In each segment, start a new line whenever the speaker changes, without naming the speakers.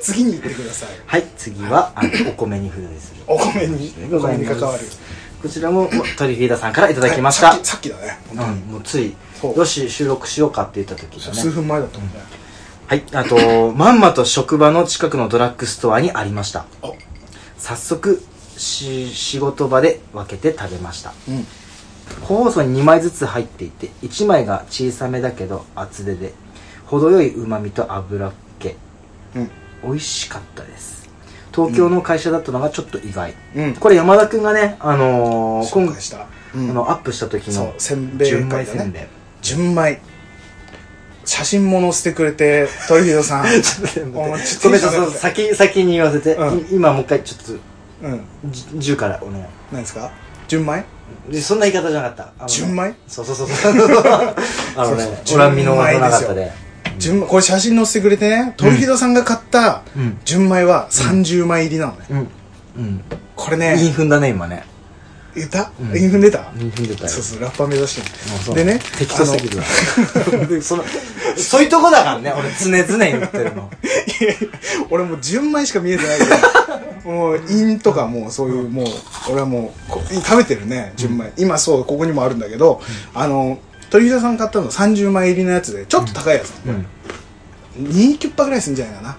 次に行ってください
はい次はあのお米に付随する
お米にお米に関わる
こちらももう鳥リーダーさんからいただきまし
は
た
いさっきさっきだね本
う
当
ん
に、
もうつい
そう
よし収録しようかって言った時だ
数
ね
分前だったもんね、
はいあとまんまと職場の近くのドラッグストアにありました
あ
早速し仕事場で分けて食べました
うん
個包装に2枚ずつ入っていて1枚が小さめだけど厚手で程よいうまみと脂っ気
うん
美味しかったです東京の会社だったのがちょっと意外、
うん
これ山田君がね、あのー
紹
今
介した、
あ
うん
のアップした時
そう
の
せんべい
純米
会だ
せんべ
ね
い
純米写真も載せてくれて鳥リド さん
ちょっと
お前
待って
ち
ご
ょっと
めんなさい
ちょっと
先先に言わせて、
うん
い今もう一回ちょっ
うん
とじ10からお願い
何ですか純米
でそんな言い方じゃなかったあのね
純米
そうそうそうそ うあの
そう
ね
そう
オランミのなかったで
純米これ写真載せてくれてね鳥リドさんが買った
うん
純米は30枚入りなのね、
うんうん
これ
イン
ね
フンだね今ね
いた、
うん
インフン出た
インフン出たよ
そうそうラッパー目指して
そ
る
う
でね
適当すぎるわで そのそういうとこだからね俺常々言っ てるの
あの 俺もう純米しか見えてないけどもうインとかもうそういうもう俺はもうこ食べてるね純米、今そうここにもあるんだけど、あの鳥久さん買ったの30枚入りのやつでちょっと高いやつ、
うん
2キュッパぐらいすんじゃないかな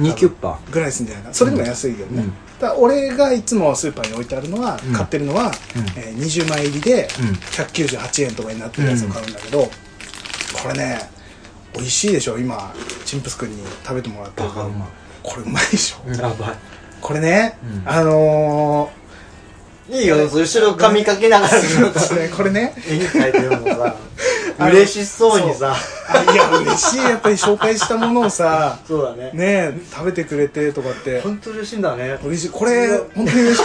2キュッパ
ぐらいすんじゃないかなそれでも安いけどね、
うん
ただ俺がいつもスーパーに置いてあるのは、
うん
買ってるのは、
うん
えー20枚入りで
うん
198円とかになってるやつを買うんだけど、これね美味しいでしょ今チンプス君に食べてもらってるから
バカうまい
これうまいでしょ、
やば
これね、
うん
あの
いいいよそう後ろ髪かけな がらず
ー、
っ
そうですねこれね
絵に描いてるのもさ
あの
嬉しそうにさ
あいや嬉しいやっぱり紹介したものをさ
そうだね
ね食べてくれてとかって
本当嬉しいんだね
嬉しいこれ本当に嬉し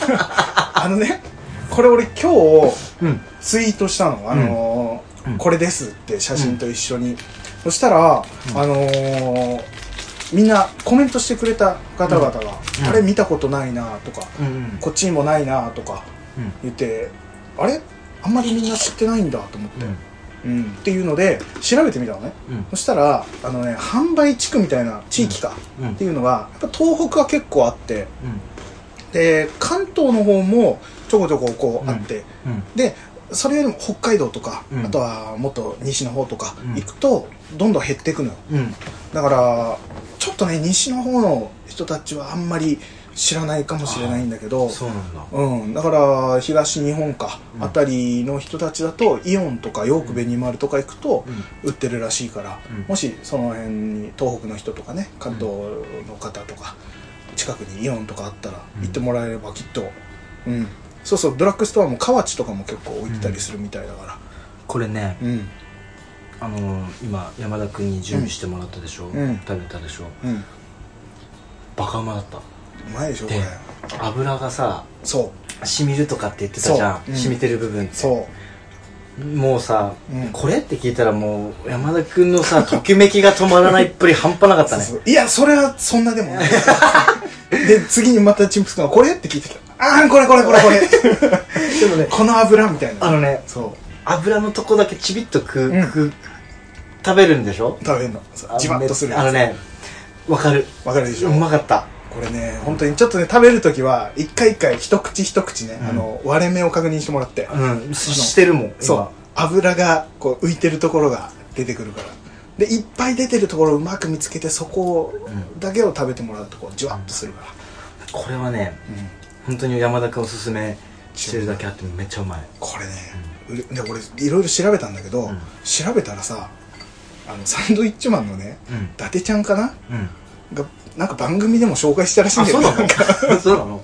くてあのねこれ俺今日
うん
ツイートしたの、あのー
うん
これですって写真と一緒に、そしたら、あのーみんなコメントしてくれた方々が、
うん
あれ見たことないなとか、
うんうん
こっちにもないなとか
うん
言ってあれあんまりみんな知ってないんだと思って、うんっていうので調べてみたのね
うん
そしたらあのね販売地区みたいな地域か、
うん
っていうのがやっぱ東北は結構あって
うん
で関東の方もちょこちょここうあって、
うん
でそれよりも北海道とか、
うん
あとはもっと西の方とか
うん
行くと、どんどん減っていくのよ
うん
だからちょっとね西の方の人たちはあんまり知らないかもしれないんだけど
そうなんだ
うん、だから東日本か、
うん
あたりの人たちだとイオンとかヨークベニマルとか行くと
うん
売ってるらしいから、
うん
もしその辺に東北の人とかね関東の方とか近くにイオンとかあったら
うん
行ってもらえればきっと、うん、そうそうドラッグストアも河内とかも結構置いてたりするみたいだか
これね
らうん
あのー今山田君に準備してもらったでしょ
うん
食べたでしょ
うんう
バカうまだった
まいでしょこれ
で油がさ
そう
染みるとかって言ってたじゃん、
そううん
染みてる部分って
そう
もうさ、
うん
これって聞いたらもう山田君のさときめきが止まらないっぷり半端なかったね
そうそういやそれはそんなでもない で次にまたチンプス君が「これ?」って聞いてきた「ああこれこれこれこれ」
でもね
この油みたいな
あのね
そ
油のとこだけちびっと食う、
うん
食う食べるんでしょ
う食べるのそうじわっとする
あのねわかる
わかるでしょ
うまかった
これね本当にちょっとね食べる時は一回一回一口一口ね、
ん
あの割れ目を確認してもらって、
うんししてるもん
そう油がこう浮いてるところが出てくるからでいっぱい出てるところをうまく見つけてそこ
ん
だけを食べてもらうとこうじわっとするから、
今これはね
うん
本当に山田君おすすめしてるだけあってめっちゃうまい
これね、うれで俺いろいろ調べたんだけど、
うん
調べたらさあのサンドイッチマンのね、
うん
伊達ちゃんかな
うん
がなんか番組でも紹介したらしいん
あ
だよ
そう
ね
なの そうなの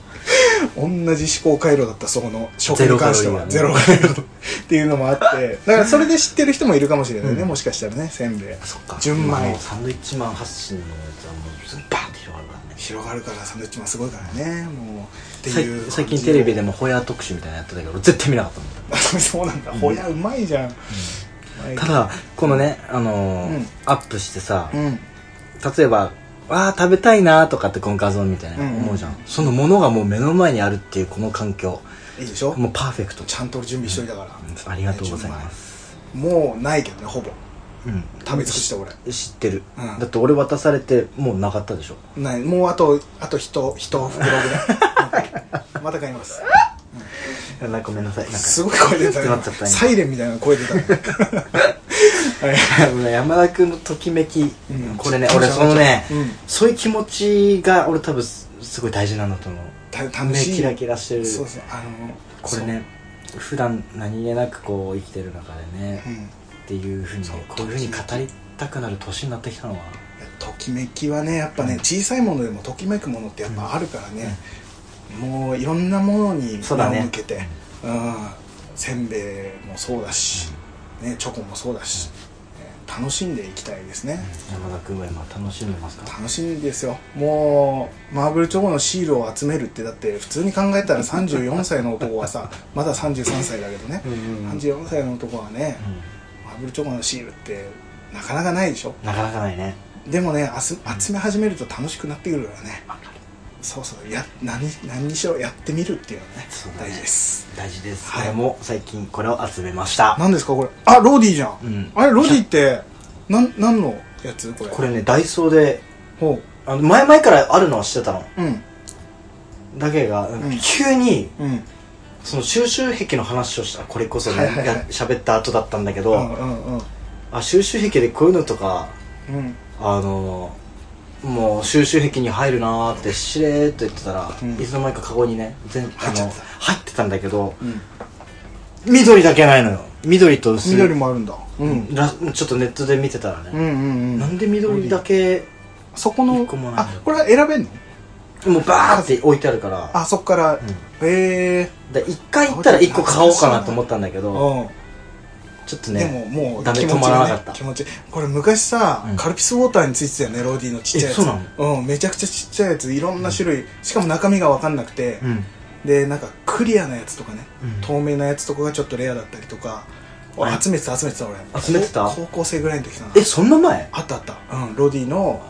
同じ思考回路だったそこの食に関してはゼ
ゼ
ロ
ロ
回路 っていうのもあ ってだからそれで知ってる人もいるかもしれないね、
うん
もしかしたらねせんべい
そっか
純米
もうサンドイッチマン発信のやつはもうズバーって広がるからね
広がるからサンドイッチマンすごいからねもうって
さい
いう
最近テレビで
も
もホヤ特集みたいなのやってたけど俺絶対見なかったも ん
そうなんだほやうまいじゃん、うまい
ただこのね、あのー
うん
アップしてさ、
うん
例えば「わあ食べたいな」とかってこの画像みたいな思うじゃん、そのものがもう目の前にあるっていうこの環境
いいでしょ
もうパーフェクト
ちゃんと準備しといたから、
うんありがとうございます
もうないけどねほぼ
うん
食べ尽くした俺
知ってる、
うん
だって俺渡されてもうなかったでしょ
ないもうあとあと一一袋ぐらい うんまた買います
なんかごめんなさいなんか
すごい声出た
な
よ
っちゃった今
サイレンみたいな声出 たねはい
山田君のときめき、
うん
これね
ちょっと
俺そのね、
うん
そういう気持ちが俺多分すすごい大事なんだと思う
た楽
目
しい
キラキラしてる
そうそうあの
これね普段何気なくこう生きてる中でね、
そううん
っていうふうに
そう
こういうふうに語りたくなる年になってきたのは
ときめきはねやっぱね小さいものでもときめくものってやっぱあるからね、もういろんなものに
そうだね
目を向けてう、ん、せんべいもそうだし、ね、チョコもそうだし、ね楽しんでいきたいですね、
山田君は今楽しんでますか
楽しいですよもうマーブルチョコのシールを集めるってだって普通に考えたら34歳の男は さまだ33歳だけどね、
うんうんうん
34歳の男はね、マーブルチョコのシールってなかなかないでしょ
なかなかないね
でもねあす集め始めると楽しくなってくるからね
わかる
そうそうや何何にしろやってみるっていうのはね
そうだね
大事です
大事です、
はい
俺も最近これを集めました
何ですかこれあロディじゃん、
うん
あれロディってなん何のやつこれ
これねダイソーで
ほ
あの前々からあるのは知ってたの
ううん
だけが、
ん
急に
うん
その収集癖の話をしたこれこそね
はいはいはい
や喋、った後だったんだけど、
うんうんうん
あ収集癖でこういうのとか
うん
あのーもう収集癖に入るなーってしれーっと言ってたら、
うん
いつの間にかカゴにね全あ
入っちゃ
の
ってた
入ってたんだけど
うん
緑だけないのよ緑と薄い
緑もあるんだう
らちょっとネットで見てたら
う
ね、
んうんうん
なんで緑だけ
そこの
一個もない
あこれは選べんの
もうバーって置いてあるから
あそっからへえ
だから一回行ったら一個買おうかなと思ったんだけど
うん
ちょっと
で
ね
ももう
ダメ
気持ち
止まら
が
なか
ね
った
気持ちこれ昔さ
うん
カルピスウォーターについてたよねローディのちっちゃいやつ
えそうな
うんめちゃくちゃちっちゃいやついろんな種類しかも中身が分かんなくて
うんうん
でなんかクリアなやつとかね
うん
透明なやつとかがちょっとレアだったりとか
はい
集めてた集めてた俺
集めてた
高高校生ぐらいの時かな
えそんな前
あったあったうんロディの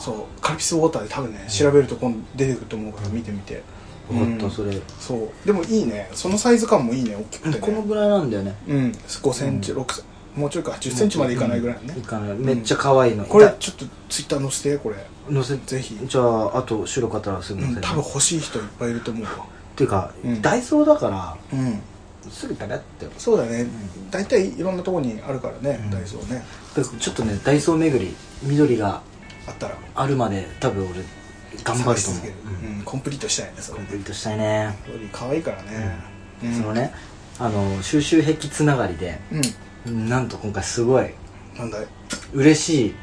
そうカルピスウォーターで多分ね調べると今度出てくると思うから見てみて
本
う
当
ん
それ、
そうでもいいねそのサイズ感もいいね大きくてね
このぐらいなんだよね
うん5センチ6センチもうちょいか10センチまでいかないぐらいのね
いかないめっちゃ可愛いの、
これちょっとツイッター載せてこれ
載せ
ぜひ
じゃああと収録あったらすぐ
う
載せ
ん
る、
多分欲しい人いっぱいいると思うわ
っていうか、
うん
ダイソーだから
うん
すぐペラってだか
そうだね大体いろんなとこにあるからね
うん
ダイソーね
らちょっとねダイソー巡り緑が
あったら
あるまで多分俺頑張
探
る
し
と
続
思う
ける、うんコンプリートしたいねそ
コ
れ
ンプリートしたいね、
ロディ可愛いからねうん
そのねあの収集癖つながりで
うん
なんと今回すごい
なんだい
嬉し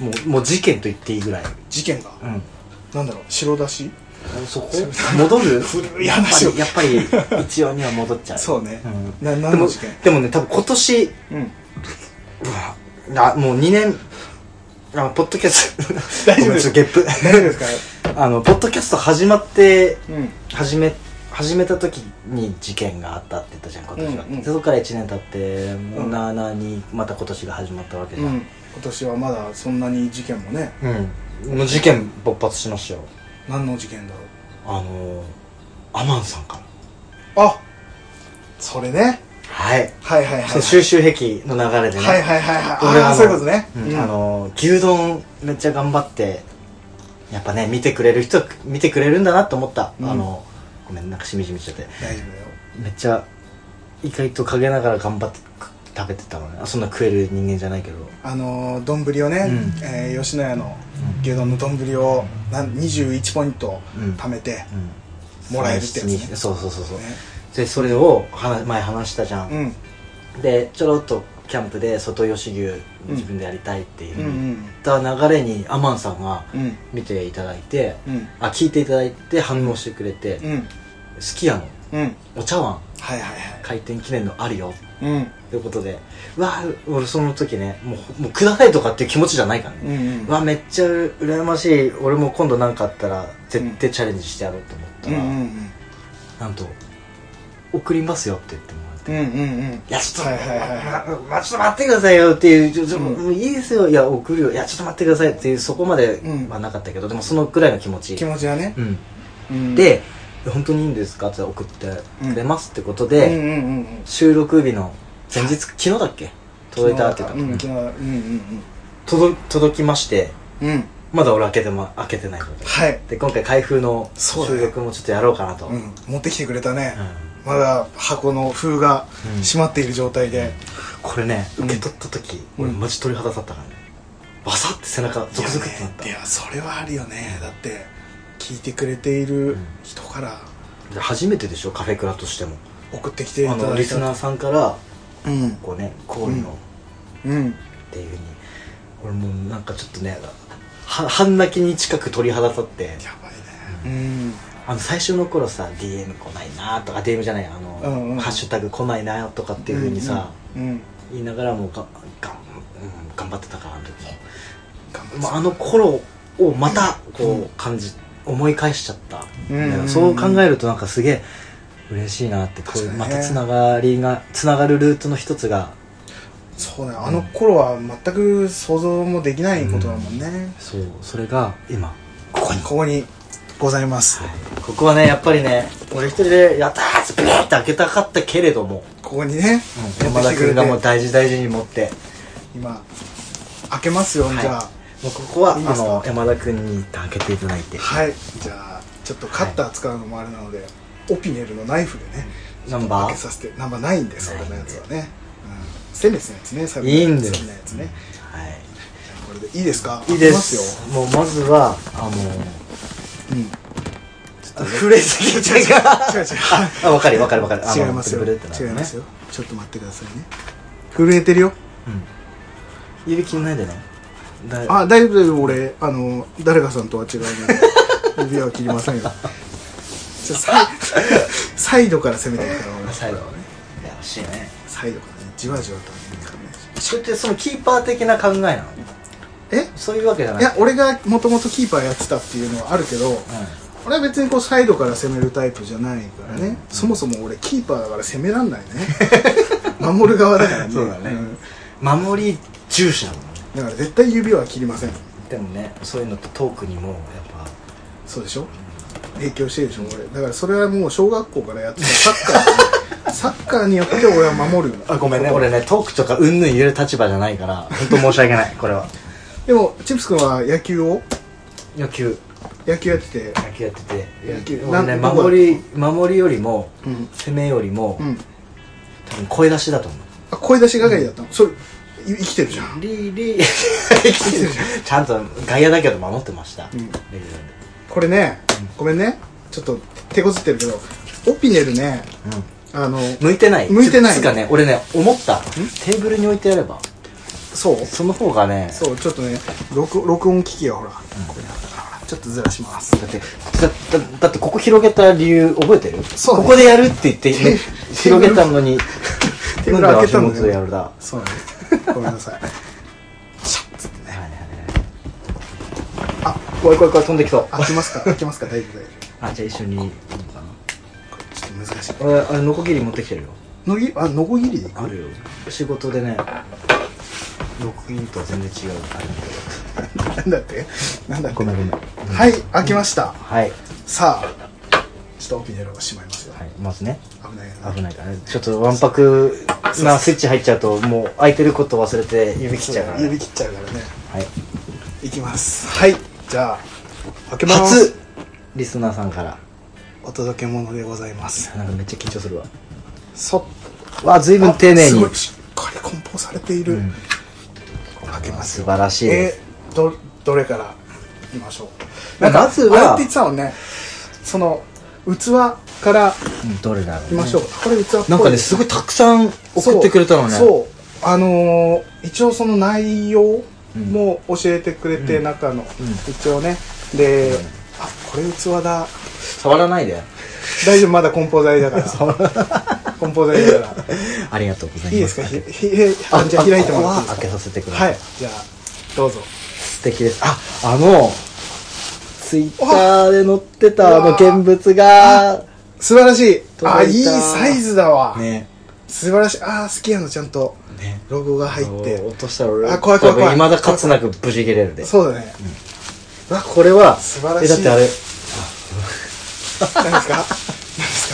いもうもう事件と言っていいぐらい、
事件が
うん、
なんだろう白だし
そこ戻 る
古い話を
やっぱりやっぱり一応には戻っちゃう
そうね
ん
な
で
何の
も
事件
でもね多分今年
うん
あもう2年あポッドキャスト
大丈夫
ごめん
で
ち
す
ょっとゲップ
大丈夫 ですか
あのポッドキャスト始まって
うん
始め始めた時に事件があったって言ったじゃん今年は、
うんうん
でそこから1年経ってもうなあなあにまた今年が始まったわけじゃ
うん
ん、
今年はまだそんなに事件もね
うんもう事件勃発しましたよ
何の事件だろう
あのー、アマンさんから
あそれね
はい
はいはいはい
その収集癖の流れでね、
はいはいはいはい
俺
ああ
の
そういうことね
うん
うん
あの牛丼めっちゃ頑張ってやっぱね見てくれる人見てくれるんだなと思った、
うん
あのごめんなんかしみじみしちゃって
大丈夫だよ
めっちゃ意外と陰ながら頑張ってく食べてたのねあそんな食える人間じゃないけど
あのー丼をね、
うん
えー吉野家の牛丼の丼をなん21ポイント
うん
貯めて、
うん
もらえるってやつね
そのそうそうそうそう、
ね
でそれを話前話したじゃ、
うんん
でちょろっとキャンプで外吉牛
うん
自分でやりたいっていう
う
ふうに言っ
ん
た流れにアマンさんが
うんうん
見ていただいて、
うん
あ聞いていただいて反応してくれて、
うんうん
すき家の
うん
お茶碗
はいはいはい
開店記念のあるよ
うん
ということでうわあ俺その時ねもうもうくださいとかっていう気持ちじゃないから
う
ね、
ん
うわめっちゃ羨ましい俺も今度何かあったら絶対チャレンジしてやろうと思っ
う
た
んう
ら、
ん
なんと「送りますよ」って言ってもらって「
うんうんうんうん
いやちょっと、
はいはいはいは
ままちょっと待ってくださいよ」っていうちょちょ
うん
もういいですよいや送るよいやちょっと待ってください」っていうそこまで
うん
はなかったけど、でもそのくらいの気持ち
気持ちはね
う、ん
うん、
で「本当にいいんですか?」って送ってくれますってこと
うん
で、
うんうんうん
収録日の前日昨日だっけ届いたっていうか
うん昨日だうんうん
届届きまして
うんうん
まだ俺開けても開けてない状態
はい、
で今回開封の
そうだ
収
ね
録もちょっとやろうかなと、
うん、持ってきてくれたね、
う
まだ箱の封が
うん
閉まっている状態で、
これね
うん
受け取った時、
うん
俺マジ鳥肌立ったからねバサッて背中ゾクゾクってなった
いや,、ね、いやそれはあるよねだって聞いてくれている
うん
人から
で初めてでしょカフェクラとしても
送ってきてい
あ
た
の
だ
リ
い
スナ
た
ーさんから
うん
こうね氷の、
う
っ
んうん
ていうふうに俺もうなんかちょっとねは半泣きに近く鳥肌立って
やばいねうん
あの最初の頃さ DM 来ないなとか DM じゃないあの、
うんうん
ハッシュタグ来ないなとかっていうふうにさ、
うん、うん
言いながらもがが、うん、頑張ってたからあの時
頑張
まあ、あの頃をまた
うん
こう感じ、思い返しちゃった、
うん
だからそう考えるとなんかすげえ嬉しいなってこういう
確か
ま
にね
たつながりがつながるルートの一つが
そうねあの頃は全く想像もできないことだもんね、
そうそれが今
ここにここにございます、
ここはねやっぱりね俺一人でやったーってビーって開けたかったけれども、
ここにね、
山田君がもう
て
大事大事に持って
今開けますよ、
はい
じゃあ
もうここはい
いですか
あの山田君に開けていただいて
はいじゃあちょっとカッター使うのもあれなので、オピネルのナイフでね
ナンバ
開け
ー
させてナンバーないんでそれのやつはね、うん、ステンレスのやつねサ
いいんです
ステンレスのやつね
は
じゃあこれでいいですか
いいいですもうまずはあの
開けますよ、うん
触れすぎてが
違う違う
あ分かる分かる分かるあ の
違いますよ
ブルブルってなる
違い
ね
ますよちょっと待ってくださいね震えてるよ
うん指気にないでねだ
あ大丈夫大丈夫俺あの誰かさんとは違う ので指は切りませんよじゃあサイ サイドから攻めていくから俺
サイドはねいやらしいね
サイドからねじわじわとね噛み出して
それってそのキーパー的な考えなの
え
そういうわけじゃない
いや俺がもともとキーパーやってたっていうのはあるけど、俺は別にこうサイドから攻めるタイプじゃないからね、そもそも俺キーパーだから攻めらんないね 守る側だからね
そうだね
ん
うん守り重視なの
だから絶対指は切りません
でもねそういうのとトークにもやっぱ
そうでしょ影響してるでしょ俺だからそれはもう小学校からやってたサッ カーサッカーによって俺は守る
あごめんね俺ねトークとかうんぬん言える立場じゃないから本当申し訳ないこれは
でもチップス君は野球を
野球
野球やってて
野球やってて
野球
俺ね
なんどこ
守り守りよりも、
うん
攻めよりも、
うん
多分声出しだと思う
あ声出し係だったのそれい生きてるじゃん
リーリー ちゃんと外野だけど守ってました、
ん
レギュ
これねごめんねちょっと手こずってるけどオピネルね
ラーで
あの
うん向いてない
向いてない
つつかね俺ね思ったテーブルに置いてやれば
そう
その方がね
そうちょっとね録録音機器がほら、ここにあったからほらちょっとずらします
だってだだだってここ広げた理由覚えてる
そう
ここでやるって言っ て、
テーブル
ね、広げたのに
テーブル開けたのね
飲んだら足元でやるだ
そう なんですごめんなさい
はいはいはい
あ
怖い怖い怖い飛んできそう
開きますか開きますか大丈夫大丈
あじゃあ一緒にいいのかな
夫これちょっと難しい
俺あれノコギリ持ってきてるよ
のぎあのこぎりでいく
あるよ仕事でねノコギリとは全然違うあれだけ
なんだってなんだっ
ど
て
んごめん
はい開きました、
はい
さあちょっとオピネルをしまいますよ、
はいまずね
危ないな
危ないからねちょっとわんぱくなスイッチ入っちゃうともう空いてること忘れて指切っちゃうからね
指切っちゃうからね
はい
いきますはいじゃあ開けます
初リスナーさんから
お届け物でございます
なんかめっちゃ緊張するわ
そっ
わあ随分丁寧
す
に
ごいしっかり梱包されている、
うん
開けます
素
よ
晴らしいです
えーどどれからいきましょう
ま
な
あ
んか
まずは
あれって言ってたもんねその器から
うんどれだろ
いうきましょうか、これ器っぽい
なんかねすごいたくさん送ってくれたのね
そうそうあのー一応その内容も教えてくれて、
うん
中の、
うん
一応ねで、
うん
あこれ器だ
触らないで
大丈夫まだ梱包材だから 梱包材だから
ありがとうございます
いいですか
開
ひ
け
ひひあじゃあ開いてもら
こ
って
こはい
い
開け
です
させてく
か
だ
は
さい
いじゃあどうぞ
素敵ですああのツイッターで載ってたあ
う
の
わ
現物が
素晴らしい
届いた
あいいサイズだわ、
ね
素晴らしいああ好きやのちゃんと
ね
ロゴが入って
落としたら俺
あ怖い怖い怖い
多分未だかつなくブチ切れるで
そうだね
あこれは
素晴らしい
えだってあれ
何ですか何ですか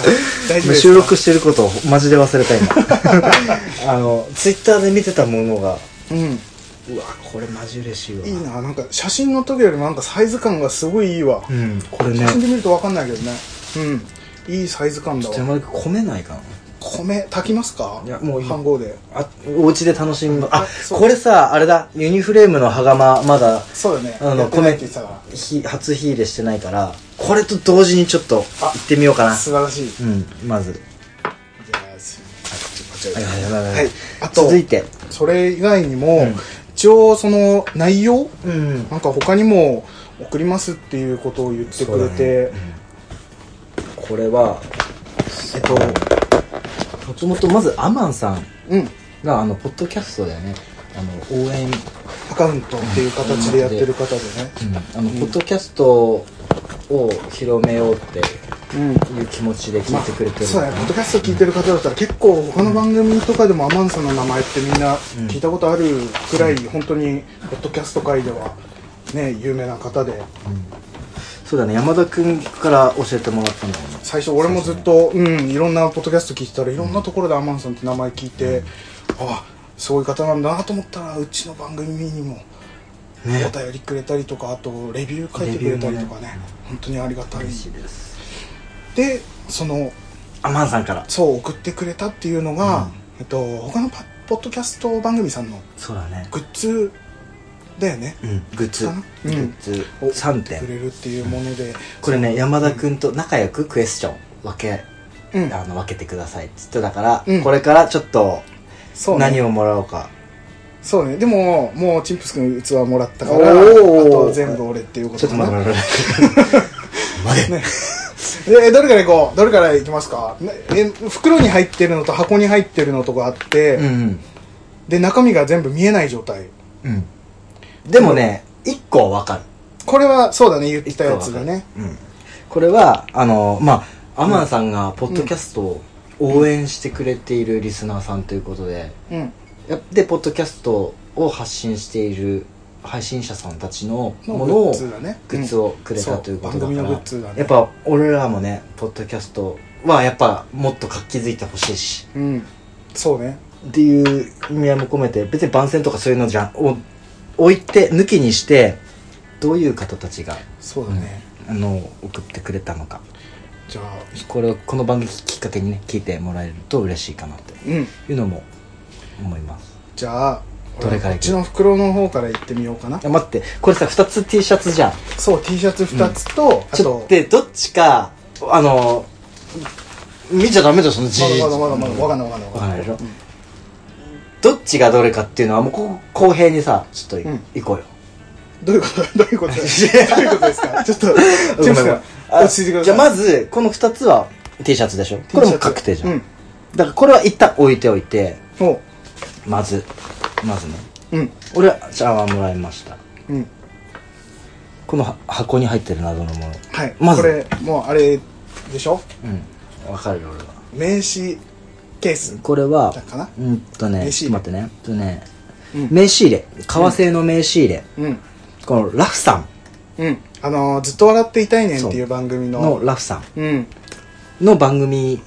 大丈夫ですか
収録してることをマジで忘れ た今あのツイッターで見てたものが
うん
うわこれマジ嬉しいわ
いいななんか写真の時よりもなんかサイズ感がすごいいいわ、
うんこれね
写真で見ると分かんないけどねうんいいサイズ感だ
じゃあ
わ
まだ込めないかな
米炊きますか
いやもういい
飯盒で
あお家で楽しむあ
あそう
これさあれだユニフレームの羽釜まだ
そうだね
あ
や
の
ってないっ
米
て言ってたか
ひ初火入れしてないからこれと同時にちょっと行ってみようからな
素晴らしいじ
うんまず
ゃあすいません
はいはいはいはい
はいあと
続いて
それ以外にも、一応その内容
うん
なんか他にも送りますっていうことを言ってくれて、
これはえっともともとまずアマンさん
うん
があのポッドキャストだよねあの応援、
アカウントっていう形でやってる方でね
あのポッドキャストを広めようって
うん
いう気持ちで聞いてくれてる
そう
の
だ
か
ね
な
ポッドキャスト聞いてる方だったら結構他の番組とかでもアマンさんの名前ってみんな聞いたことあるくらい本当にポッドキャスト界ではね有名な方で
そうだね山田君から教えてもらったんだよね
最初俺もずっとうんいろんなポッドキャスト聞いてたらいろんなところでアマンさんって名前聞いてあそういう方なんだなと思ったらうちの番組にもお
ね
便りくれたりとかあとレビュー書いてくれたりとかね本当にありがたい
嬉しいです
でその
アマンさんから
そう送ってくれたっていうのが、えっと他のパポッドキャスト番組さんの
そうだね
グッズだよね、
うんグッズ、
うん
グッズ
お
3
く
点
れるっていうもので、
これね山田君と仲良くクエスチョン分け、
うん
あの分けてくださいっつってだから、
うん
これからちょっと
そうね
何をもらおうか
そうねでももうチンプス君器もらったからあ
おー
と全部俺っていうこ
ち
と
ょっと
か
待
な
って待って待って待て
でどれからいこうどれからいきますかねえ袋に入ってるのと箱に入ってるのとかあって、
うん
で中身が全部見えない状態
うんでもね1個は分かる
これはそうだね言って
一
た
個は
や
分
つだ
かる
ね
うんこれはあのまあアマンさんがポッドキャストを応援してくれているリスナーさんということで、
うん
やでポッドキャストを発信している配信者さんたちの
の
もの
グ
を
ッズだね
グッズをくれたというこ
そ
とだ
う番組
か
の
ら
グッズだね
やっぱ俺らもねポッドキャストはやっぱもっと活気づいてほしいし
うんそうね
っていう意味合いも込めて別に番宣とかそういうのじゃんを置いて抜きにしてどういう方たちが
そうだね、
あの送ってくれたのか
じゃあ
これをこの番組きっかけにね聞いてもらえると嬉しいかなって
うん
いうのも思います
じゃあ
どれから
こ
いく
っちの袋の方からいってみようかない
や待ってこれさ2つ T シャツじゃん
そう T シャツ2つと、あ
ちょっ
と
とでどっちかあの見ちゃダメだよそのじ
まだまだまだまだわかんないわかんない
わかんないでしょ、どっちがどれかっていうのはもうこ公平にさちょっとい、
うん
行こうよ
どういうこと どういうことどういうことですかち ょっとチェフさん
あ
落ち着いてください
じゃあまずこの2つは T シャツでしょ
T
これ
シ
も
ャツ
確定じゃん、
うん
だからこれは一旦置いておいて
お
まずまずね
うん
俺はシャワーもらいました
うん
このは箱に入ってる謎のもの
はい、
まず
これもうあれでしょ
うんわかるよ俺は
名刺ケース
これは
だかな
うんとね
名
ち
刺
ょっ
入
と
れ
待ってねえっとね、
うん
名刺入れ革製の名刺入れ、
うん
このラフさん
うんあのーずっと笑っていたいねん」っていう番組の
のラフさ
うん
んの番組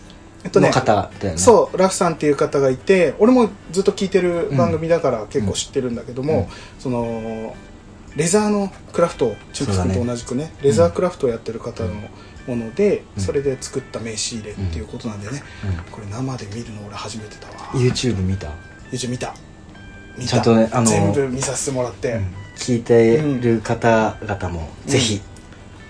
えっとね
の方だよねう
そうラフさんっていう方がいて俺もずっと聞いてる番組だから結構知ってるんだけども、そのレザーのクラフトチュンプス君
そうだ
と
ね
同じくねレザークラフトをやってる方のもので、それで作った名刺入れっていうことなんでね、これ生で見るの俺初めてだわ
YouTube 見た
YouTube 見た見た
ちゃんとねあの
全部見させてもらって、
聞いてる方々もぜひ、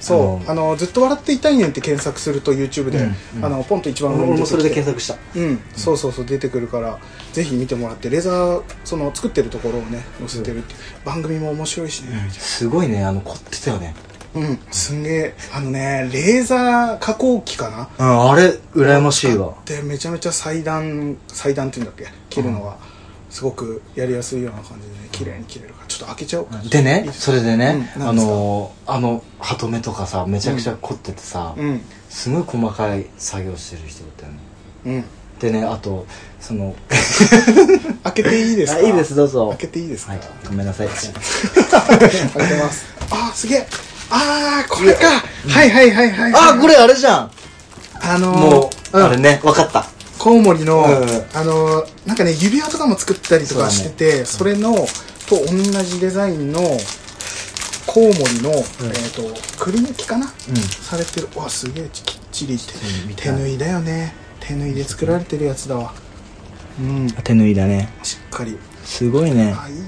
そう
あ
あのずっと笑っていたいねんって検索すると YouTube で、
うん
あのポンと一番上に出
俺
て
も
きて
それで検索した
うん、そうそうそう出てくるからぜひ見てもらってレザーその作ってるところをね載せてるっていう番組も面白いしね、
すごいねあの凝ってたよね
うんすんげえあのねレーザー加工機かな
うんあれ羨ましいわ
でめちゃめちゃ裁断裁断っていうんだっけ切るのがすごくやりやすいような感じでね綺麗に切れるからちょっと開けちゃおうか
でね
いいす
それでね、
うん
あ
何ですか
のあのハトメとかさめちゃくちゃ凝っててさ、
うん
すごい細かい作業してる人だったよね
うん
でねあとその
開けていいですか
あいいですどうぞ
開けていいですか、
はいごめんなさ い
開けますあーすげえああこれかはいはいはいはい
あこれあれじゃん
あのー、
も
うん
あれね、わかった。
コウモリの、
うん
あのなんかね指輪とかも作ったりとかしててそ,、れのと同じデザインのコウモリの、えっ、とくり抜きかな、されてるうわすげえきっちり
うん見
手手
たい
縫いだよね手縫いで作られてるやつだわうん
手縫いだね。
しっかり
すごいね。
あいいな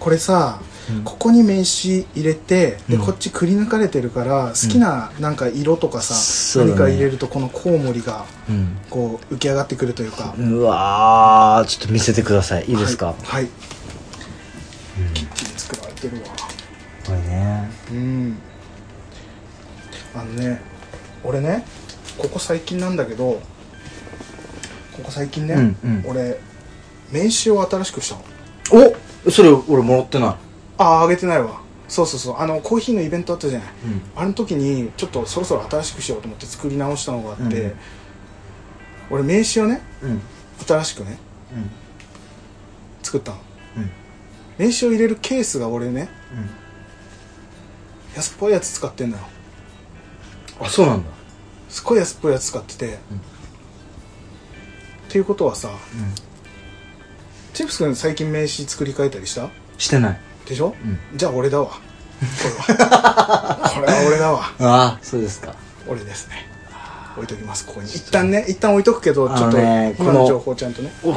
これさ、ここに名刺入れてで、
うん
こっちくり抜かれてるから好きななんか色とかさ、
そうだね
何か入れるとこのコウモリが
うん。
こう浮き上がってくるというか、
うわー、ちょっと見せてください。いいですか、
はい、はいきっちり作られてるわ
これね。
うんあのね俺ねここ最近なんだけどここ最近ね、
うんうん
俺名刺を新しくしたの
おそれ俺もらってない。
あああげてないわそうそうそうあのコーヒーのイベントあったじゃない、
うん
あの時にちょっとそろそろ新しくしようと思って作り直したのがあって、
うん
俺名刺をね
うん。
新しくね
うん。
作ったの
うん。
名刺を入れるケースが俺ね安っぽいやつ使ってんのよ
うん。あ、そうなんだ。
すっごい安っぽいやつ使ってて、っていうことはさ
うん。
チップス君最近名刺作り変えたりした
してない。
でしょ、
う
じゃあ俺だわこれ はこれは俺だわ
ああ、そうですか。
俺ですね置いときますここに一旦ね一旦置いとくけど
あ
ちょ
の
っと
ね
今の
この
情報ちゃんとね
お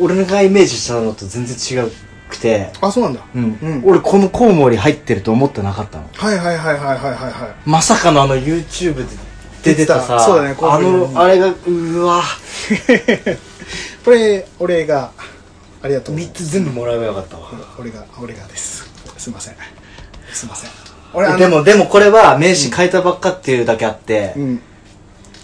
俺がイメージしたのと全然違うくて、
あそうなんだ
うん
うん
俺このコウモリ入ってると思ってなかったの
はいはいはいはいはいはいはい
まさかのあの YouTube で出てた
出てた
さ
そうだねコウモ
あ
リ
のあれがうわ
これ俺がありがとう
3つ全部もらえばよかったわ
俺が俺がですすいませんすいません俺あの
でもでもこれは名刺変えたばっかっていうだけあって、
うん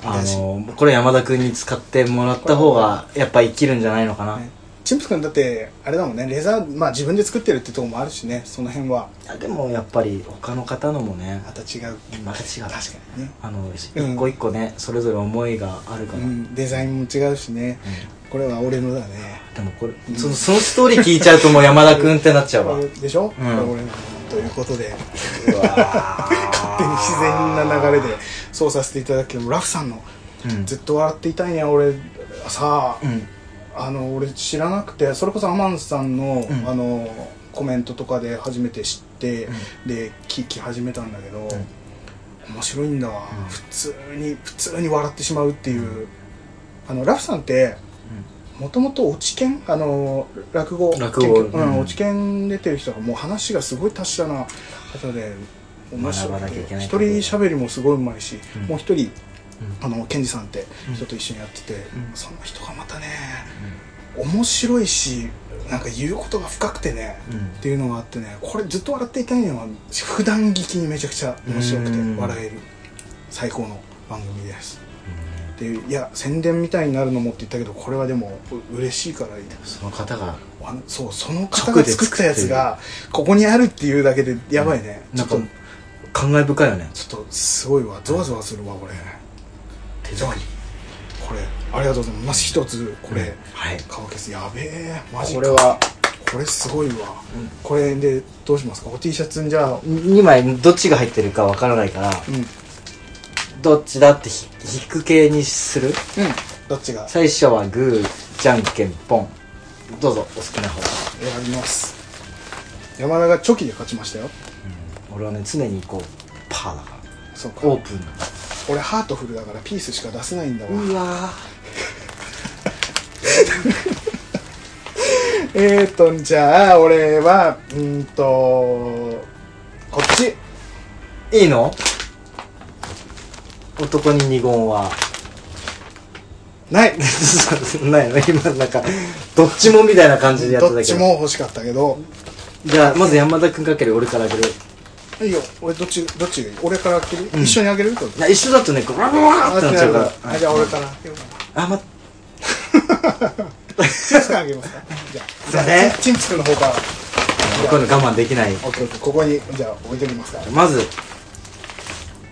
あのこれ山田君に使ってもらった方がやっぱ生きるんじゃないのかな、
ねチンプス君だってあれだもんねレザーまあ自分で作ってるってとこもあるしねその辺はい
やでもやっぱり他の方のもね
また違う
また違
確
う
かにね、
あの一個一個ね、それぞれ思いがあるか
う
ら、
ん、デザインも違うしね、これは俺のだね
でもこれ、そのそのストーリー聞いちゃうともう山田君ってなっちゃ うわ。うわ
でしょ、これ俺のということで勝手に自然な流れでそうさせていただくけどラフさんの、
うん
ずっと笑っていたいね俺さあ、
うん。
あの俺知らなくてそれこそアマンさんの,、あのコメントとかで初めて知って、で聞き始めたんだけど、面白いんだわ、普通に普通に笑ってしまうっていう、あのラフさんってもともと落ち研あの落語
落語
研究う、
うんん
落ち研出てる人がもう話がすごい達者な方で面白
学ば
く
なきゃ
て
いけ
一
ない
人喋りもすごいうまいし、
うん
もう一人
うん
あのケンジさんって人と一緒にやってて、
ん
その人がまたね、面白いしなんか言うことが深くてね、
うん
っていうのがあってねこれずっと笑っていたいのは普段聞きにめちゃくちゃ面白くて
うん
笑える最高の番組です、でいや宣伝みたいになるのもって言ったけどこれはでもう嬉しいからいい
その方が、
あのそうその方
直
が
で
作
作
っ
ったて
や
る
つがここにあるっていうだけでやばいね、
なん
ち
か
ょっと、
感慨深いよね。
ちょっとすごいわゾワゾワするわこれ
手
じゃ
作
あ
り。
これありがとうございます一つこれ
はい。
乾けずやべえマジか
これは、
これすごいわ、これでどうしますかお T シャツにじゃあ
2枚どっちが入ってるかわからないから、
うんうん
どっちだってひ引く系にする
どっちが
最初はグー、じゃんけん、ポン。どうぞ、お好きな方。
選びます山田がチョキで勝ちましたよ
俺はね、常にこう、パーだか。
そうから
オープンだか
俺ハートフルだからピースしか出せないんだわ、
ら。うわ
えーとじゃあ俺はうーんとこっち
ー。いいの男に二言は。
ない
そうないの今なんかどっちもみたいな感じでやった
どっ
だけ
ちも欲しかったけど
じゃあまず山田君かける俺からあげる
いいよ俺どっちどっちがいい俺から開ける、一緒に開けるこれ
いや一緒だとねこうわわわってなっちゃうから
あじゃあ俺から開けようかな
あま
チンプスあげますかじゃあ
そうね
チンプスの方から
こういうの我慢できない
オッケーオッケーここにじゃあ置いておきますから
まず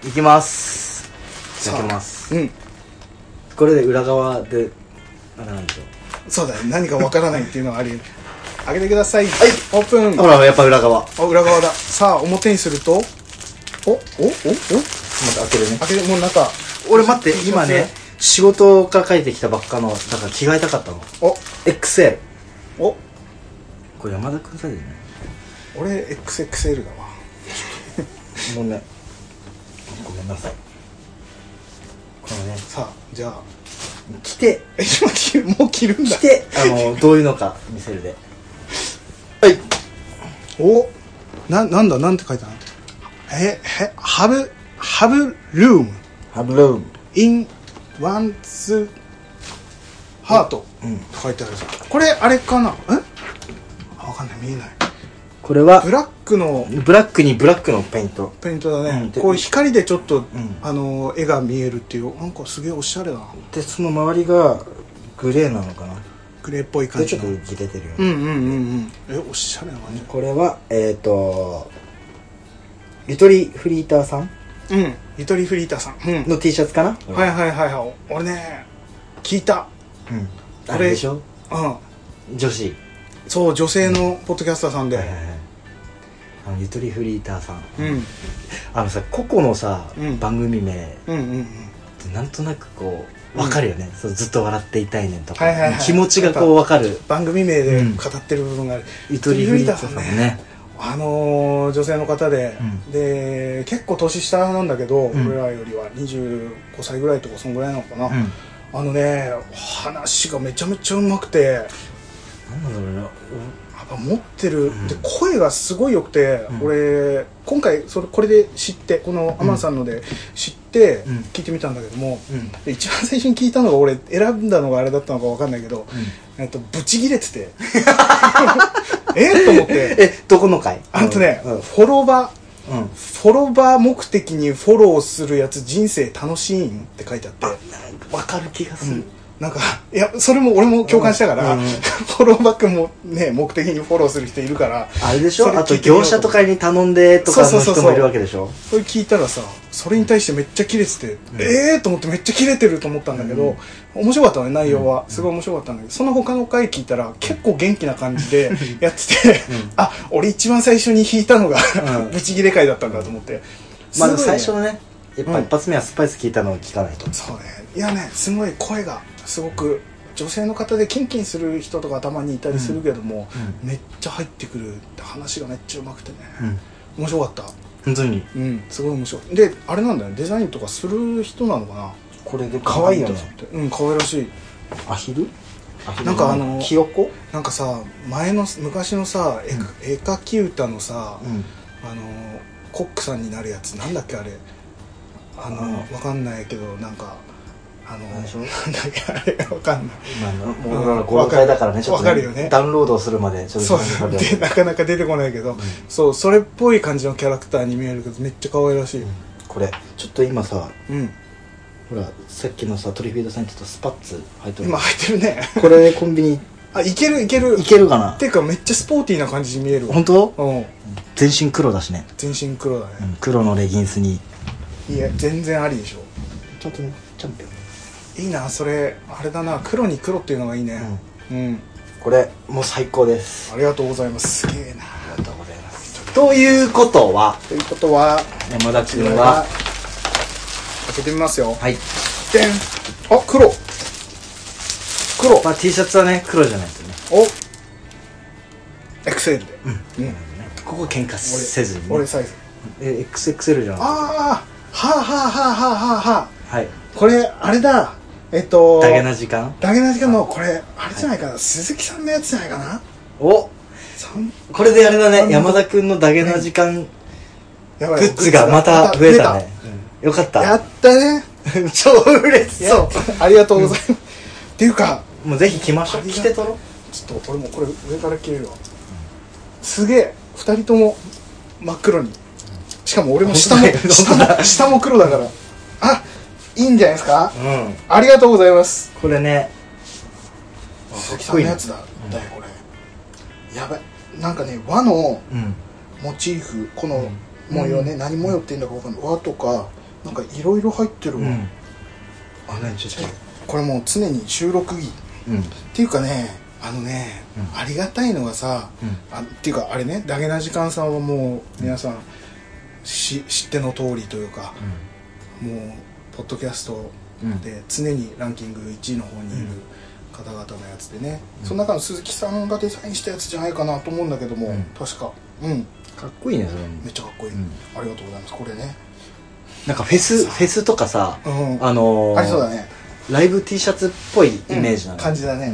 いきますい
あ
きます
うん
これで裏側であれなんでしょ
そうだね何かわからないっていうのはあり得る開けてくださいはいオープ
う
ン
ほらやっぱ裏側ま
あ裏側ださあ表にするとおおおお
た開けるね
開けてもう中
俺待って今ね仕事から帰ってきたばっかのだから着替えたかったの
お
XL
お
これ山田君さじゃない
俺 XXL だわ
もうねごめんなさいこのね
さあじゃあ
着て
え今着るもう着るんだ
着てあのどういうのか見せるではい
おななんだなんて書いてあるええハブハブルーム
ハブルーム
インワンツーハート
うん
書いてあるぞこれあれかなえあわかんない見えない
これは
ブラックの
ブラックにブラックのペイント
ペイントだね、
うんで
こう光でちょっと、
ん
あの絵が見えるっていうなんかすげえおしゃれだな
でその周りがグレーなのかな
グレーっぽい感
でち
じ
ょっ
の
と
うん
浮き出てるよね、
うんうんうんえおしゃれな感じ
これはえっ、ー、とゆとりフリーターさん
うんゆとりフリーターさん、うん
の T シャツかな、
はいはいはいはい俺ね聞いた
うん、
これ
あれでしょ
うん
女子
そう女性のポッドキャスターさんで、
あのゆとりフリーターさん、
うん、
あのさ個々のさ、
うん
番組名っ
うんうんうん
てなんとなくこうわかるよね、そうずっと笑っていたいねんとか、
はいはいはい
気持ちがこうわかる
番組名で
うん
語ってる部分がある、
ゆとりフリーターさんも
ゆとりフリーターさんね
ね
あのー女性の方で、
うん
で結構年下なんだけど、
うん
俺らよりは25歳ぐらいとかそんぐらいなのかな、
うん
あのね話がめちゃめちゃうまくて
なんだろう
やっぱ持ってる、
ん
で声がすごい良くて、
うん
俺今回それこれで知ってこのアマンさんので知って
うん
聞いてみたんだけども、
なうん
で一番最初に聞いたのが俺選んだのがあれだったのかわかんないけど、えっとブチギレてて えっと思って
えどこの回
あとね、
うん
フォロバー
うん
フォロバー目的にフォローするやつ人生楽しいんって書いてあって
わかる気がする、
なんかいやそれも俺も共感したから、
うんうん
フォローバックもね目的にフォローする人いるから
あれでし
そ
ょ
れ
あ
聞
と
いてみよう
業者とかに頼んでとか
そう
の
そうそう
人
そう
もいるわけでしょ
それ聞いたらさそれに対してめっちゃキレてて、ええー、と思ってめっちゃキレてると思ったんだけど、面白かったね内容は、すごい面白かったんだけどその他の回聞いたら結構元気な感じでやってて、あ俺一番最初に弾いたのが、
うん
ブチギレ回だったんだと思って、
まあ
ご
ですも
いね
最初のねやっ
う
ぱ
ん
一発目はスパイス聞いたのを聞かないと、
そうねいやねすごい声がすごく女性の方でキンキンする人とかたまにいたりするけども、めっちゃ入ってくるって話がめっちゃうまくてね、
うん
面白かった
本当に
うんすごい面白いであれなんだよねデザインとかする人なのかな
これ
う
で
ん可愛らしい
アヒル
なんかあの
ひよこ
なんかさ前の昔のさ絵,、絵描き歌のさ、
うん
あのコックさんになるやつなんだっけあれあの
あ
わかんないけどなんかあの
あれでしょ
なんだっけあれわかんない
まあも
うん
う俺ら56回だからねちょっ
わ
と、
かるよね
ダウンロードするまでちょっ
そ
と
う
時間かかる
でなかなか出てこないけど、そうそれっぽい感じのキャラクターに見えるけどめっちゃ可愛らしい、うん
これちょっと今さほらさっきのさトリフィードさんにちょっとスパッツ履いてる
今履いてるね
これコンビニ
あいけるいける
いけるかな
ていうかめっちゃスポーティーな感じに見えるわ
本当
うん
全身黒だしね、
全身黒だ
う
ね、
ん、黒のレギンスに
いや全然ありでしょ
ちゃんとねチャンピオン
いいなそれあれだな黒に黒っていうのがいいねうん、
これもう最高です
ありがとうございますすげえな
ありがとうございますということは
ということは
山田
これ
君は
開けてみますよ
はい、
でんあ黒黒
まあ、T シャツはね黒じゃないとね
おエクセルでうん、うん、
ここ喧嘩
俺
せずに、ね
俺、サイズ
え XXL じゃな
ああはあはあはあはあはあはあ
はい
これあれだえっと
ダゲな時間
ダゲな時間のこれあれじゃないかな、鈴木さんのやつじゃないかな
お
さん
これであれだね山田君のダゲな時間
や
グ
ばい
ッズがまた増えたねよかっ
増えたや
た
ったね
超嬉し
そうありがとうございます、っていうか
うもうぜひ来ましょう
ありが
来て撮ろ
ちょっと俺もこれ上から切れるわ、すげえ2人とも真っ黒にしかも俺も下も
本当だよ
下
本当
も下も黒だからあいいんじゃないですか、
ううん
ありがとうございます
これね
鈴木
っ
さんの
こいいね
やつだだよこれやばいなんかね和の
うん
モチーフこの模様ね、何模様っていうんだかわかんない和とかなんかいろいろ入ってるわ、
うんあ何ちょっと
これもう常に収録着
うん
っていうかねあのね、
うん
ありがたいのがさ、
う
あっていうかあれねダゲな時間さんはもう皆さんし知っての通りというか、もうポッドキャスト
うん
で常にランキング1位の方にいる方々のやつでね、その中の鈴木さんがデザインしたやつじゃないかなと思うんだけども、
うん
確かうん
かっこいいねそれも
めっちゃかっこいい、
うん
ありがとうございますこれね
なんかフェスフェスとかさ、
うん
あのー
ありそうだね
ライブ T シャツっぽいイメージなの、
感じだね、
うん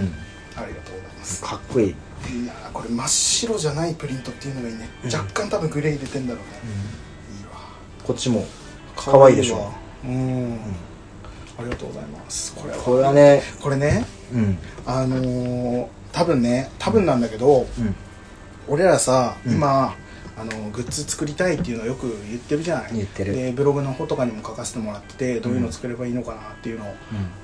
ありがとうございます
かっこいい
いいなこれ真っ白じゃないプリントっていうのがいいね、若干多分グレー入れてんだろうね、いいわ
こっちも可愛いでしょ
わうん、ありがとうございますこれは
これはね
これね
うん
あのー多分ね多分なんだけど、
うん
俺らさ、
ん
今あのグッズ作りたいっていうのをよく言ってるじゃない
言ってる
でブログの方とかにも書かせてもらっててどういうの作ればいいのかなっていうのを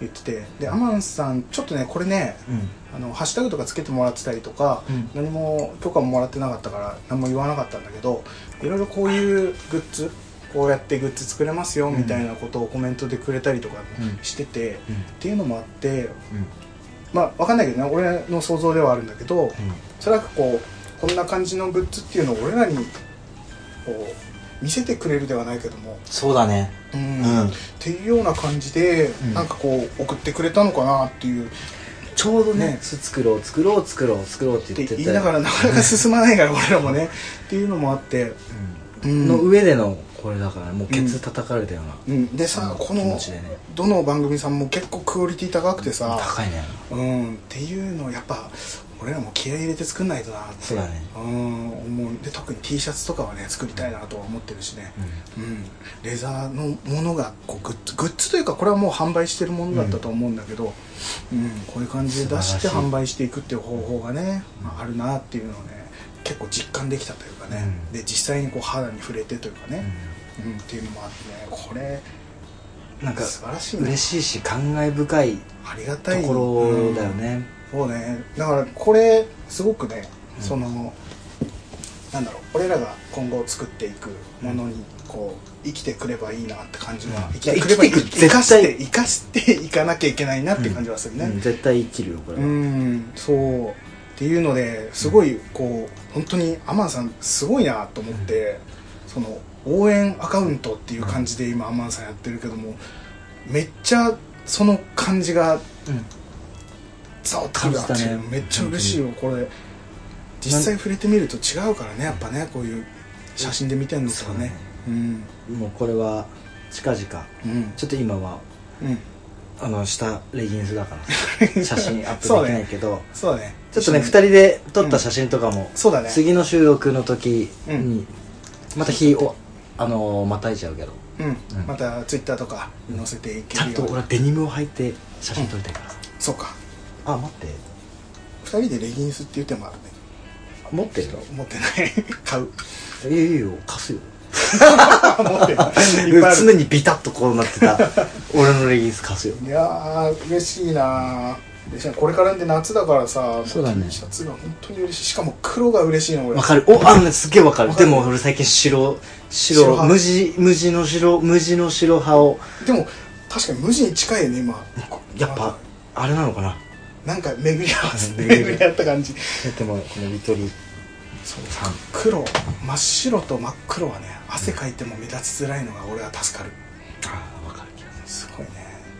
言っててでアマンさんちょっとねこれね
うん
あのハッシュタグとかつけてもらってたりとか、
うん
何も許可ももらってなかったから何も言わなかったんだけどいろいろこういうグッズこうやってグッズ作れますよみたいなことをコメントでくれたりとか
うん
してて、っ
うん
ていうのもあって
うん
まあわかんないけどね俺の想像ではあるんだけど、
うん
おそらくこうこんな感じのグッズっていうのを俺らにこう見せてくれるではないけども、
そうだね
うん
うん
っていうような感じで、
うん
なんかこう送ってくれたのかなっていう
ちょうどね
ね
作ろう作ろう作ろう作ろうって
っ
言
て
ってて
言いながらなかなか進まないから俺らもねっていうのもあって、う
うん
ん
の上でのこれだからもうケツ叩かれたような、
うん、でさ
うん
こ
気
の
持ちでね
どの番組さんも結構クオリティ高くてさ、
高いね
うん、っていうのをやっぱ俺らも気合い入れて作んないとなって
そうだね
うん思うで特に T シャツとかはね作りたいなとは思ってるしね、うん、レザーのものがこうグッズグッズというかこれはもう販売してるものだったと思うんだけど、うんこういう感じで出して
素晴らしい
販売していくっていう方法がね、まあ、あるなっていうのをね結構実感できたというかね、
うん
で実際にこう肌に触れてというか
う
ね、
ん
うんっていうのもあってねこれ
なんか
素晴らしいね
嬉しいし感慨深い
ありが
と
たい
ころだよ
うん
ね、
そうねだからこれすごくね、
うん
そのなんだろう俺らが今後作っていくものにこう生きてくればいいなって感じは、
うん
生きてくればいい
いや生きてく
生かし
絶
て生かしていかなきゃいけないなって感じはする
う
ね
ん絶対生きるよこれ
う
は、
ん、そうっていうのですごいこう本当にアマンさんすごいなと思って、その応援アカウントっていう感じで今アマンさんやってるけどもめっちゃその感じがザオタルだっていうの
感じたね
めっちゃ嬉しいよこれ実際触れてみると違うからねやっぱねこういう写真で見てんのとかねうん
うんもうこれは近々
うん
ちょっと今は
うん
あの下レギンスだか ら写真アップできないけど、
そうだね
ちょっとね2人で撮った写真とかも、
そうだね
次の収録の時
う
に、
ん
また日をあのーまたいちゃうけど
うん
うん
またツイッターとかに載せていけ
ちゃ
る
ん
よ
と
う
俺
に
はデニムを履いて写真撮りたいからさ、
そうか
あ待って
2人でレギンスっていう手もあるね
持ってるよ
持ってない 買う
いやいやいや貸す よ
持ってないいっぱいあ
常
る
にビタッとこうなっ てた俺のレギンス貸すよ
いやー嬉しいな嬉しいなこれからで夏だからさ
そうだね
T シャツが本当に嬉しいしかも黒が嬉しいの俺
わかるおあのねすっげえわかる
わかる
でも俺最近白
白
白
派
無地無地の白無地の白派を
でも確かに無地に近いよね今
やっぱあれなのかな
なんか巡り合わせて
巡り合う
巡り合った感じ
でもこのリトリ
そう
さん
黒真っ白と真っ黒はね汗かいても目立ちづらいのが俺は助かる
ああわかる気がす
す
る
ごいね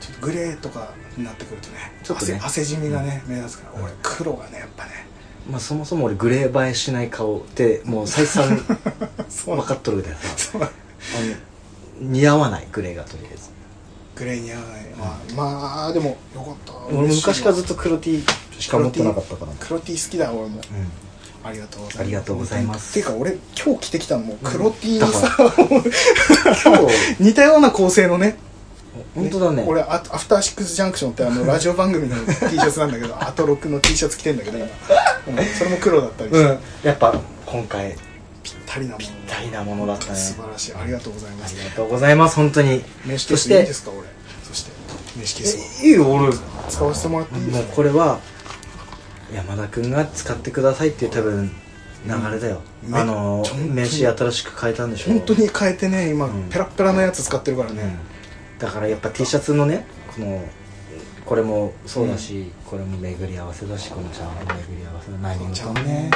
ちょっとグレーとかになってくるとね
ちょっとね
汗汗じみがね、目立つから俺黒がねやっぱね
まあそもそも俺グレー映えしない顔ってもう再 三
そう
分かっとるみたいなさ
そう
あの似合わないグレーがとりあえず
グレーに合わないまあ、まあ、でもよかった
俺昔からずっ
と
と黒 T しか持ってなかったから
黒 T 好きだ俺も
うん
ありがとうございます
ありがとうございます
ていうか俺今日着てきたのも黒 T に
だか
さ、
今日
似たような構成のね
本当だね
俺アアフターシックスジャンクションってあ のラジオ番組の T シャツなんだけどアトロックの T シャツ着てんだけど今、うんそれも黒だったりし
う
て、
んやっぱ今回
ぴったりなもの
大なものだったね
素晴らしいありがとうございま
あ
す
りがとうございます本当に
飯消
そし
すいい
て
ですか俺そして飯消す
えいいよ俺
使わせてもらっていいです
もう
か
これは山田君が使ってくださいっていう多分流れだよ、
うん
あの
めっちゃ本当に
名刺新しく変えたんでしょ
本当に変えてね今、
ん
ペラッペラなやつ使ってるから
う
ね
ん、だからやっぱ T シャツのねこのこれもそうだし、これも巡り合わせだしこの茶碗も巡り合わせだ何
その茶
事も
碗ね
ね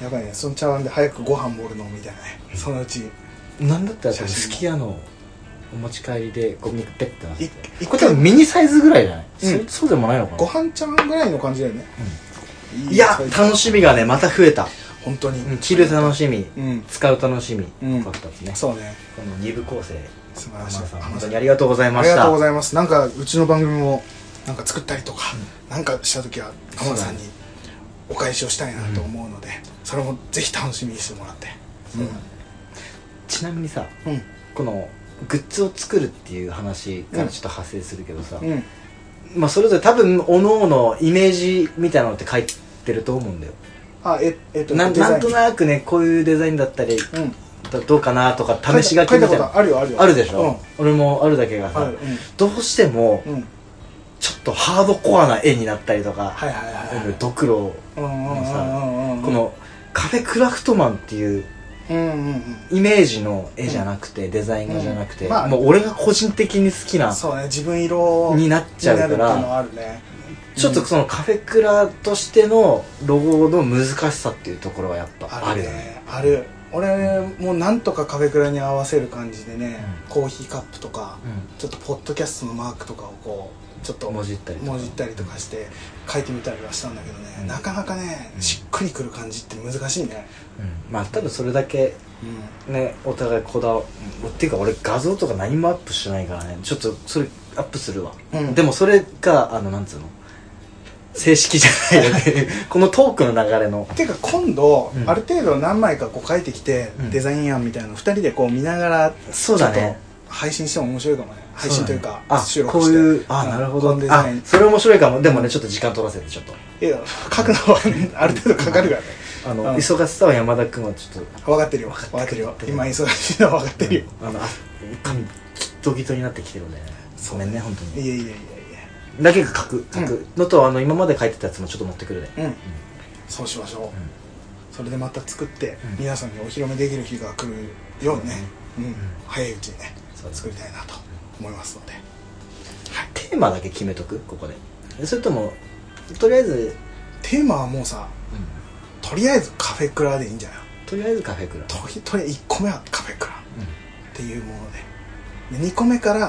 やばいねその茶碗で早くご飯盛るのみたいなねそのうち
なんだったらこれ
写真
すき家のお持ち帰りでゴミペッてなって
い一
これ多分ミニサイズぐらいじゃない、
うん
そそうでもないのか
ご
な
飯ちゃんぐらいの感じだよね、
いや楽しみがねまた増えた
本当に、
着る楽しみ、
うん
使う楽しみ、
うん
よかったですね
そうね
この2部構成
素晴
浜
ら
田
しい
さん本当にありがとうござい
あ
ま
り
し
がと
た
うございますなんかうちの番組もなんか作ったりとか、なんかした時は天野さんにお返しをしたいなと思うので、それもぜひ楽しみにしてもらって
そうだねちなみにさ
うん
このグッズを作るっていう話からちょっと派生するけどさ、
うん
まあそれぞれ多分おのおのイメージみたいなのって書いてると思うんだよ
あええっと
なん
デザイン
なんとなくねこういうデザインだったり
うん
だどうかなとか試し書き
書い
み
た書いた
たい
こ
な
とあるよあるよ
あるでしょ、俺もあるだけ
う
が
ん、あ
さ
る
どうしても
うん、うん、
ちょっとハードコアな絵になったりとか
はいはいはいはい
ドクロ
うんうん
このさ
うんうんうん
このカフェクラフトマンっていう
うんうん
イメージの絵じゃなくて、デザイン画じゃなくて、
うんまあ
もう俺が個人的に好き
うん
な
そうね自分色
になっちゃうから
になるっていうのはあるね
ちょっとそのカフェクラとしてのロゴの難しさっていうところはやっぱあ
あ
る
る
よね
ねある俺もうなんとかカフェクラに合わせる感じでね、コーヒーカップとか、ちょっとポッドキャストのマークとかをこうちょっと
もじったりとか
もじったりとかして書いてみたりはしたんだけどね、
うん
なかなかね、
うん
しっくりくる感じって難しいね
まあ多分それだけ
う
ねお互いこだわっていうか俺画像とか何もアップしてないからねちょっとそれアップするわ、
うん
でもそれがあのなんつうの正式じゃないよ ねこのトークの流れの
んていうか今度、
うん
ある程度何枚かこう書いてきて、
うん
デザイン案みたいなの2人でこう見ながら
そうだね
ちょっと配信しても面白いかもね配信というか
あ
収録
こう
して
いうあなるほど
このデ
あ
ザイン
それ面白いかもでもねちょっと時間取らせてちょっと
いや書くのはねある程度かかるからね
あの、
うん
忙しさは山田君はちょっと
分かってるよ分かってるよ今忙しいのは分かってるよ、
あのあ髪ドギトになってきてるんでごめんね本当
い
に
やいやいやい
だけが書く書くのと、あの今まで書いてたやつもちょっと持ってくるで、
やうんそうしましょう、それでまた作って、
うん
皆さんにお披露目できる日が来るようにね、うん早いうちにね
そう
作りたいなと思いますので
テーマだけ決めとくここでそれともとりあえず、
テーマはもうさとりあえずカフェクラでいいんじゃない
とりあえずカフェクラ、
とりとりあえず1個目はカフェクラっていうものでで2個目から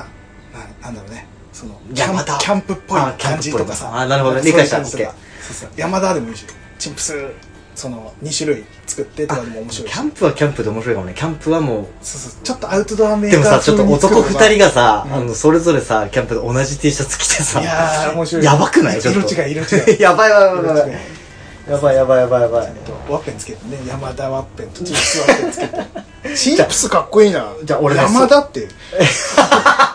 ななんだろうねその
い
キ
や
ャン
また
キャンプっぽい
あキャン
感
プっ
じ
ぽい
とかさ
あなるほどね
そういう
理解した
感じとか
OK
そうそう山田でもいいしチンプスその2種類作ってとかでも面
キ
白いし
ャンプはキャンプで面白いかもねキャンプはもう
そうそうちょっとアウトドアメーカ
で
ー
もさちょっと男二人
が
がさ、
うん
あのそれぞれさキャンプで同じ T シャツ着てさ
いやー面白い
やばくないちょっと
色違い色違い
やばいやばい
色
やば
違
い
い
やばいやばいやばいやばい
とワッペンつけてね山田ワッペンとチンプスワッペンつけてチンプスかっこいいな
じゃあ俺ね
山田って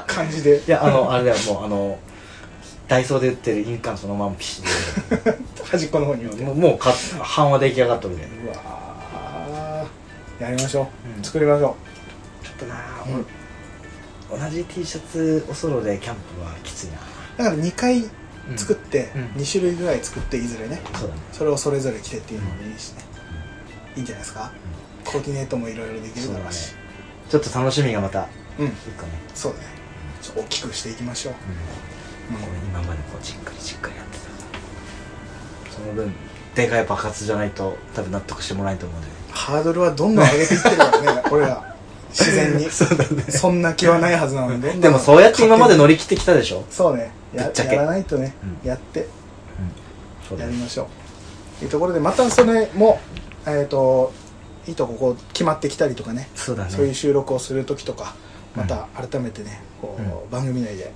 感じで
いやあのあれだよもうあのダイソーで売ってる印鑑そのままピシッ
端っこの方に置い て
てもうもうか版は出来上がっとるね
うわーやりましょう、
うん
作りましょ
ちょっとなあ
う、
同じ T シャツおソロでキャンプはきついな
だから2回作って、
うんうん
2種類ぐらい作っていずれね
そうだね
それをそれぞれ着てっていうのもいいしね、いいんじゃないですか、コーディネートもいろいろできるだろうし
ちょっと楽しみがまた
う,、
一個ね、
んそうだねちょっと大きくしていきましょう、うん
こう今までこうじっくりじっくりやってたからその分でかい爆発じゃないと多分納得してもらえないと思うんだよね
ハードルはどんどん上げていってるからね 俺ら自然 にそ,、んな気はないはずなのにどんどん
でもそうやって今まで乗り切ってきたでしょ、
そうね
ぶ
や
っちゃけ
やらないとね、
うん
やって
そうだ
や
ね
りましょうというところでまたそれもえっ、といいとここう決まってきたりとかね
そうだね
そういう収録をする時とかまた改めてね、こう番組内で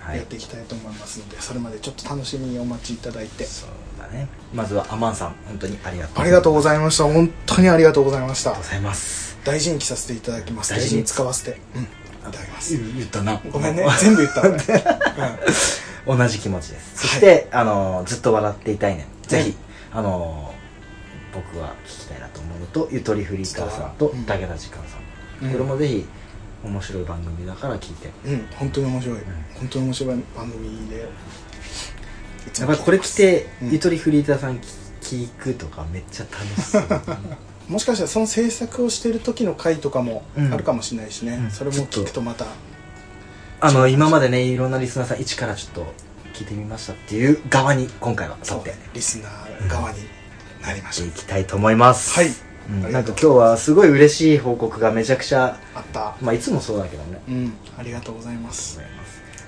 は
やっ
い
ていきたいと思いますので、それまでちょっと楽しみにお待ちいただいて
そうだねまずはアマンさん本当にありがとう
ありがとう
あ
ございました本当にありがとうございまし
りが
た
とうございます
大事に着させていただきます
大
大
事
事
に
に使わせて、うん、いただきます
言ったな
ごめんね全部言ったわね、うん
同じ気持ちですそ
はい
して、あのーずっと笑っていたいねぜ
はい
ひあのー僕は聞きたいなと思うのとゆとりフリーターさんと
うん
武田時間さん、
うん
これもぜひ面白い番組だから聞いて
うん、本当に面白い、本当に面白い番組でいつ
やっ
も
ぱりこれ
聞い
来て、
うん
ゆとりフリーターさん聞聞くとかめっちゃ楽しそう
もしかしたらその制作をしてる時の回とかも
うん
あるかもしれないしね、
うん
それも聞くとまた
あの今までねいろんなリスナーさん一からちょっと聞いてみましたっていう側に今回は立
そ
っ
う
て
ねリスナー側になりまし
して
ょ
いうきたいと思います
はいあり
な
が
んか
とう
今日はすごい嬉しい報告がめちゃくちゃ
あった
まあいつもそうだけどね
うんありがとうございます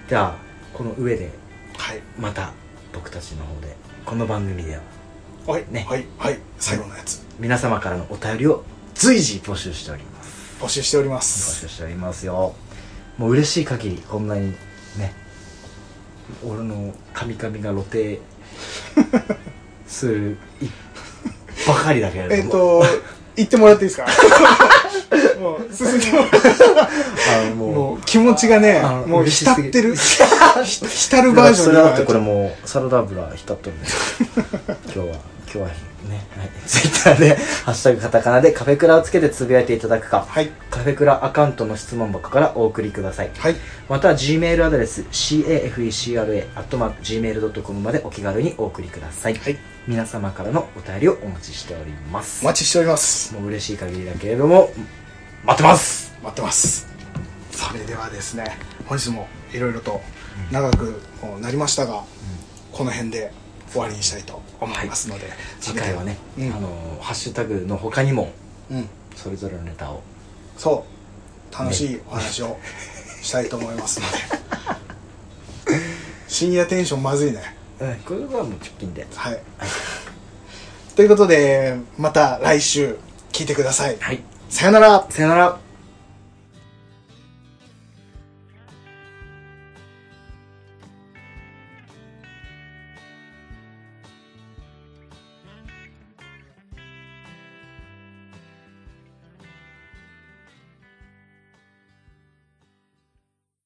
じゃあこの上で
はい
また僕たちの方でこの番組では
はい、
ね
はいはい最後のやつ
皆様からのお便りを随時募集しております
募集しておりま
募
す
集しておりますよもう嬉しい限りこんなにね俺の神々が露呈するいばかりだけれども
えっ、と言ってもらっていい ですかもう進んでも
あのもう
もう気持ちがね
あの
もう
嬉しす
浸
ぎ
ってるひ 浸るバージョン
そ
に
れ
今
だってこれもうサラダ油浸っとるんで今日は今日はね、はい、ツイッターで「ハッシュタグカタカナ」でカフェクラをつけてつぶやいていただくか
はい
カフェクラアカウントの質問箱からお送りください
はい
または Gmail アドレス cafecra.gmail.com までお気軽にお送りください、
はい
皆様からのお便りをお待ちしております
お待ちしております
もう嬉しい限りだけれども待ってます
待ってますそれではですね本日もいろいろと長くもうなりましたが、この辺で終わりにしたいと思いますので、
次回はね、
うん
あのハッシュタグの他にも
うん
それぞれのネタを
そう楽しいお話をしたいと思いますので深夜テンションまずいね
うんこれはもう直近で
はいということでまた来週聞いてください
はい
さよなら
さよなら